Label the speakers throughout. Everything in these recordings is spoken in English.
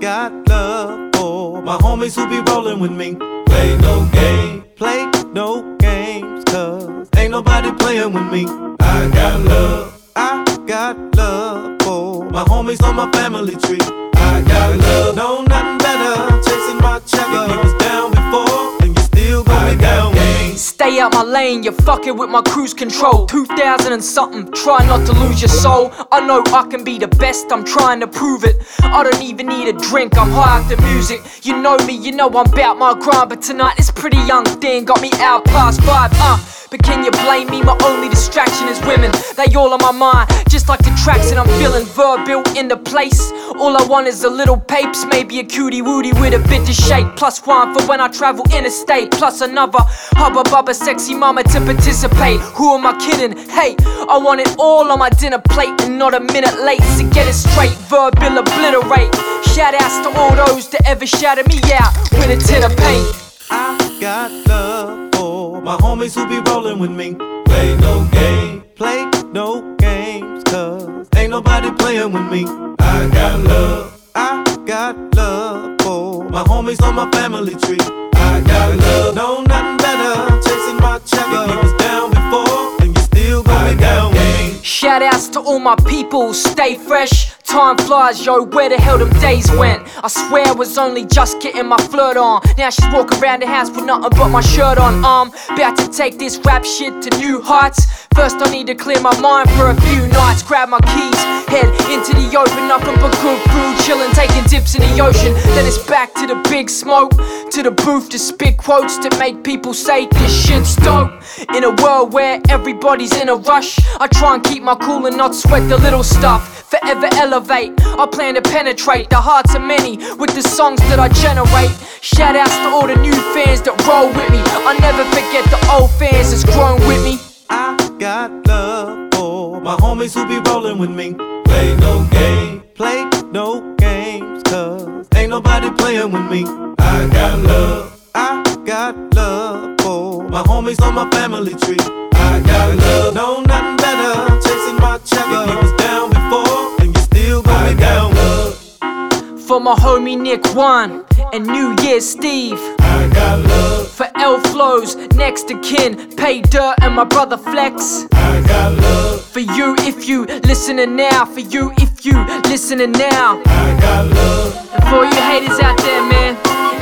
Speaker 1: got love for my homies who be rolling with me.
Speaker 2: Play no game.
Speaker 1: Play no games, cause ain't nobody playing with me.
Speaker 2: I got love.
Speaker 1: I got love for my homies on my family tree.
Speaker 2: I got love.
Speaker 1: No, nothing better. Chasing my checker.
Speaker 2: If you was down before,
Speaker 1: and you still
Speaker 2: I
Speaker 1: gonna be down
Speaker 2: got
Speaker 1: with me.
Speaker 2: game.
Speaker 3: Stay out my lane, you're fucking with my cruise control. 2000 and something, try not to lose your soul. I know I can be the best, I'm trying to prove it. I don't even need a drink, I'm high after music. You know me, you know I'm about my grind, but tonight this pretty young thing got me out past five, uh. But can you blame me? My only distraction is women. They all on my mind, just like the tracks, and I'm feeling verb built into place. All I want is a little papes, maybe a cutie woody with a bit to shake. Plus one for when I travel interstate, plus another hubba bubba sexy mama to participate. Who am I kidding? Hey, I want it all on my dinner plate and not a minute late. So get it straight, verb will obliterate. Shout outs to all those that ever shouted me out with a tin of paint.
Speaker 1: I got love for my homies who be rolling with me.
Speaker 2: Play no game.
Speaker 1: Play no games, cause ain't nobody playing with me.
Speaker 2: I got love.
Speaker 1: I got love for my homies on my family tree.
Speaker 2: I got love.
Speaker 1: No, nothing better. Chasing my checker.
Speaker 2: If you was down before,
Speaker 1: and you still
Speaker 2: I
Speaker 1: gonna be
Speaker 2: got
Speaker 1: down with me.
Speaker 2: game.
Speaker 3: Shout outs to all my people, stay fresh. Time flies, yo, where the hell them days went? I swear I was only just getting my flirt on. Now she's walking around the house with nothing but my shirt on. I'm about to take this rap shit to new heights. First, I need to clear my mind for a few nights. Grab my keys, head into the open, nothing but good food, chillin', taking dips in the ocean. Then it's back to the big smoke, to the booth to spit quotes that make people say this shit's dope. In a world where everybody's in a rush, I try and keep my cool and not sweat the little stuff. Forever elevate, I plan to penetrate the hearts of many with the songs that I generate. Shout outs to all the new fans that roll with me. I never forget the old fans that's grown with me.
Speaker 1: I got love for my homies who be rolling with me.
Speaker 2: Play no game.
Speaker 1: Play no games, cause ain't nobody playing with me.
Speaker 2: I got love.
Speaker 1: I got love for my homies on my family tree.
Speaker 2: I got love.
Speaker 1: No, nothing better. Chasing my checker.
Speaker 2: If you was down before,
Speaker 1: and you still gonna
Speaker 2: I
Speaker 1: be down
Speaker 2: got
Speaker 1: with
Speaker 2: love.
Speaker 3: For my homie Nick One and New Year's Steve.
Speaker 2: I got love.
Speaker 3: For L Flows, next to kin, Pay Dirt and my brother Flex.
Speaker 2: I got love.
Speaker 3: For you if you listening now. For you if you listening now.
Speaker 2: I got love.
Speaker 3: And for all you haters out there, man.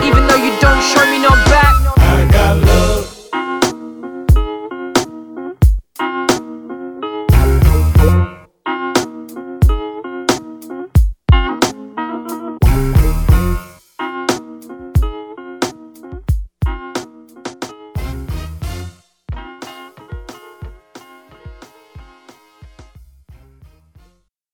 Speaker 3: Even though you don't show me no back,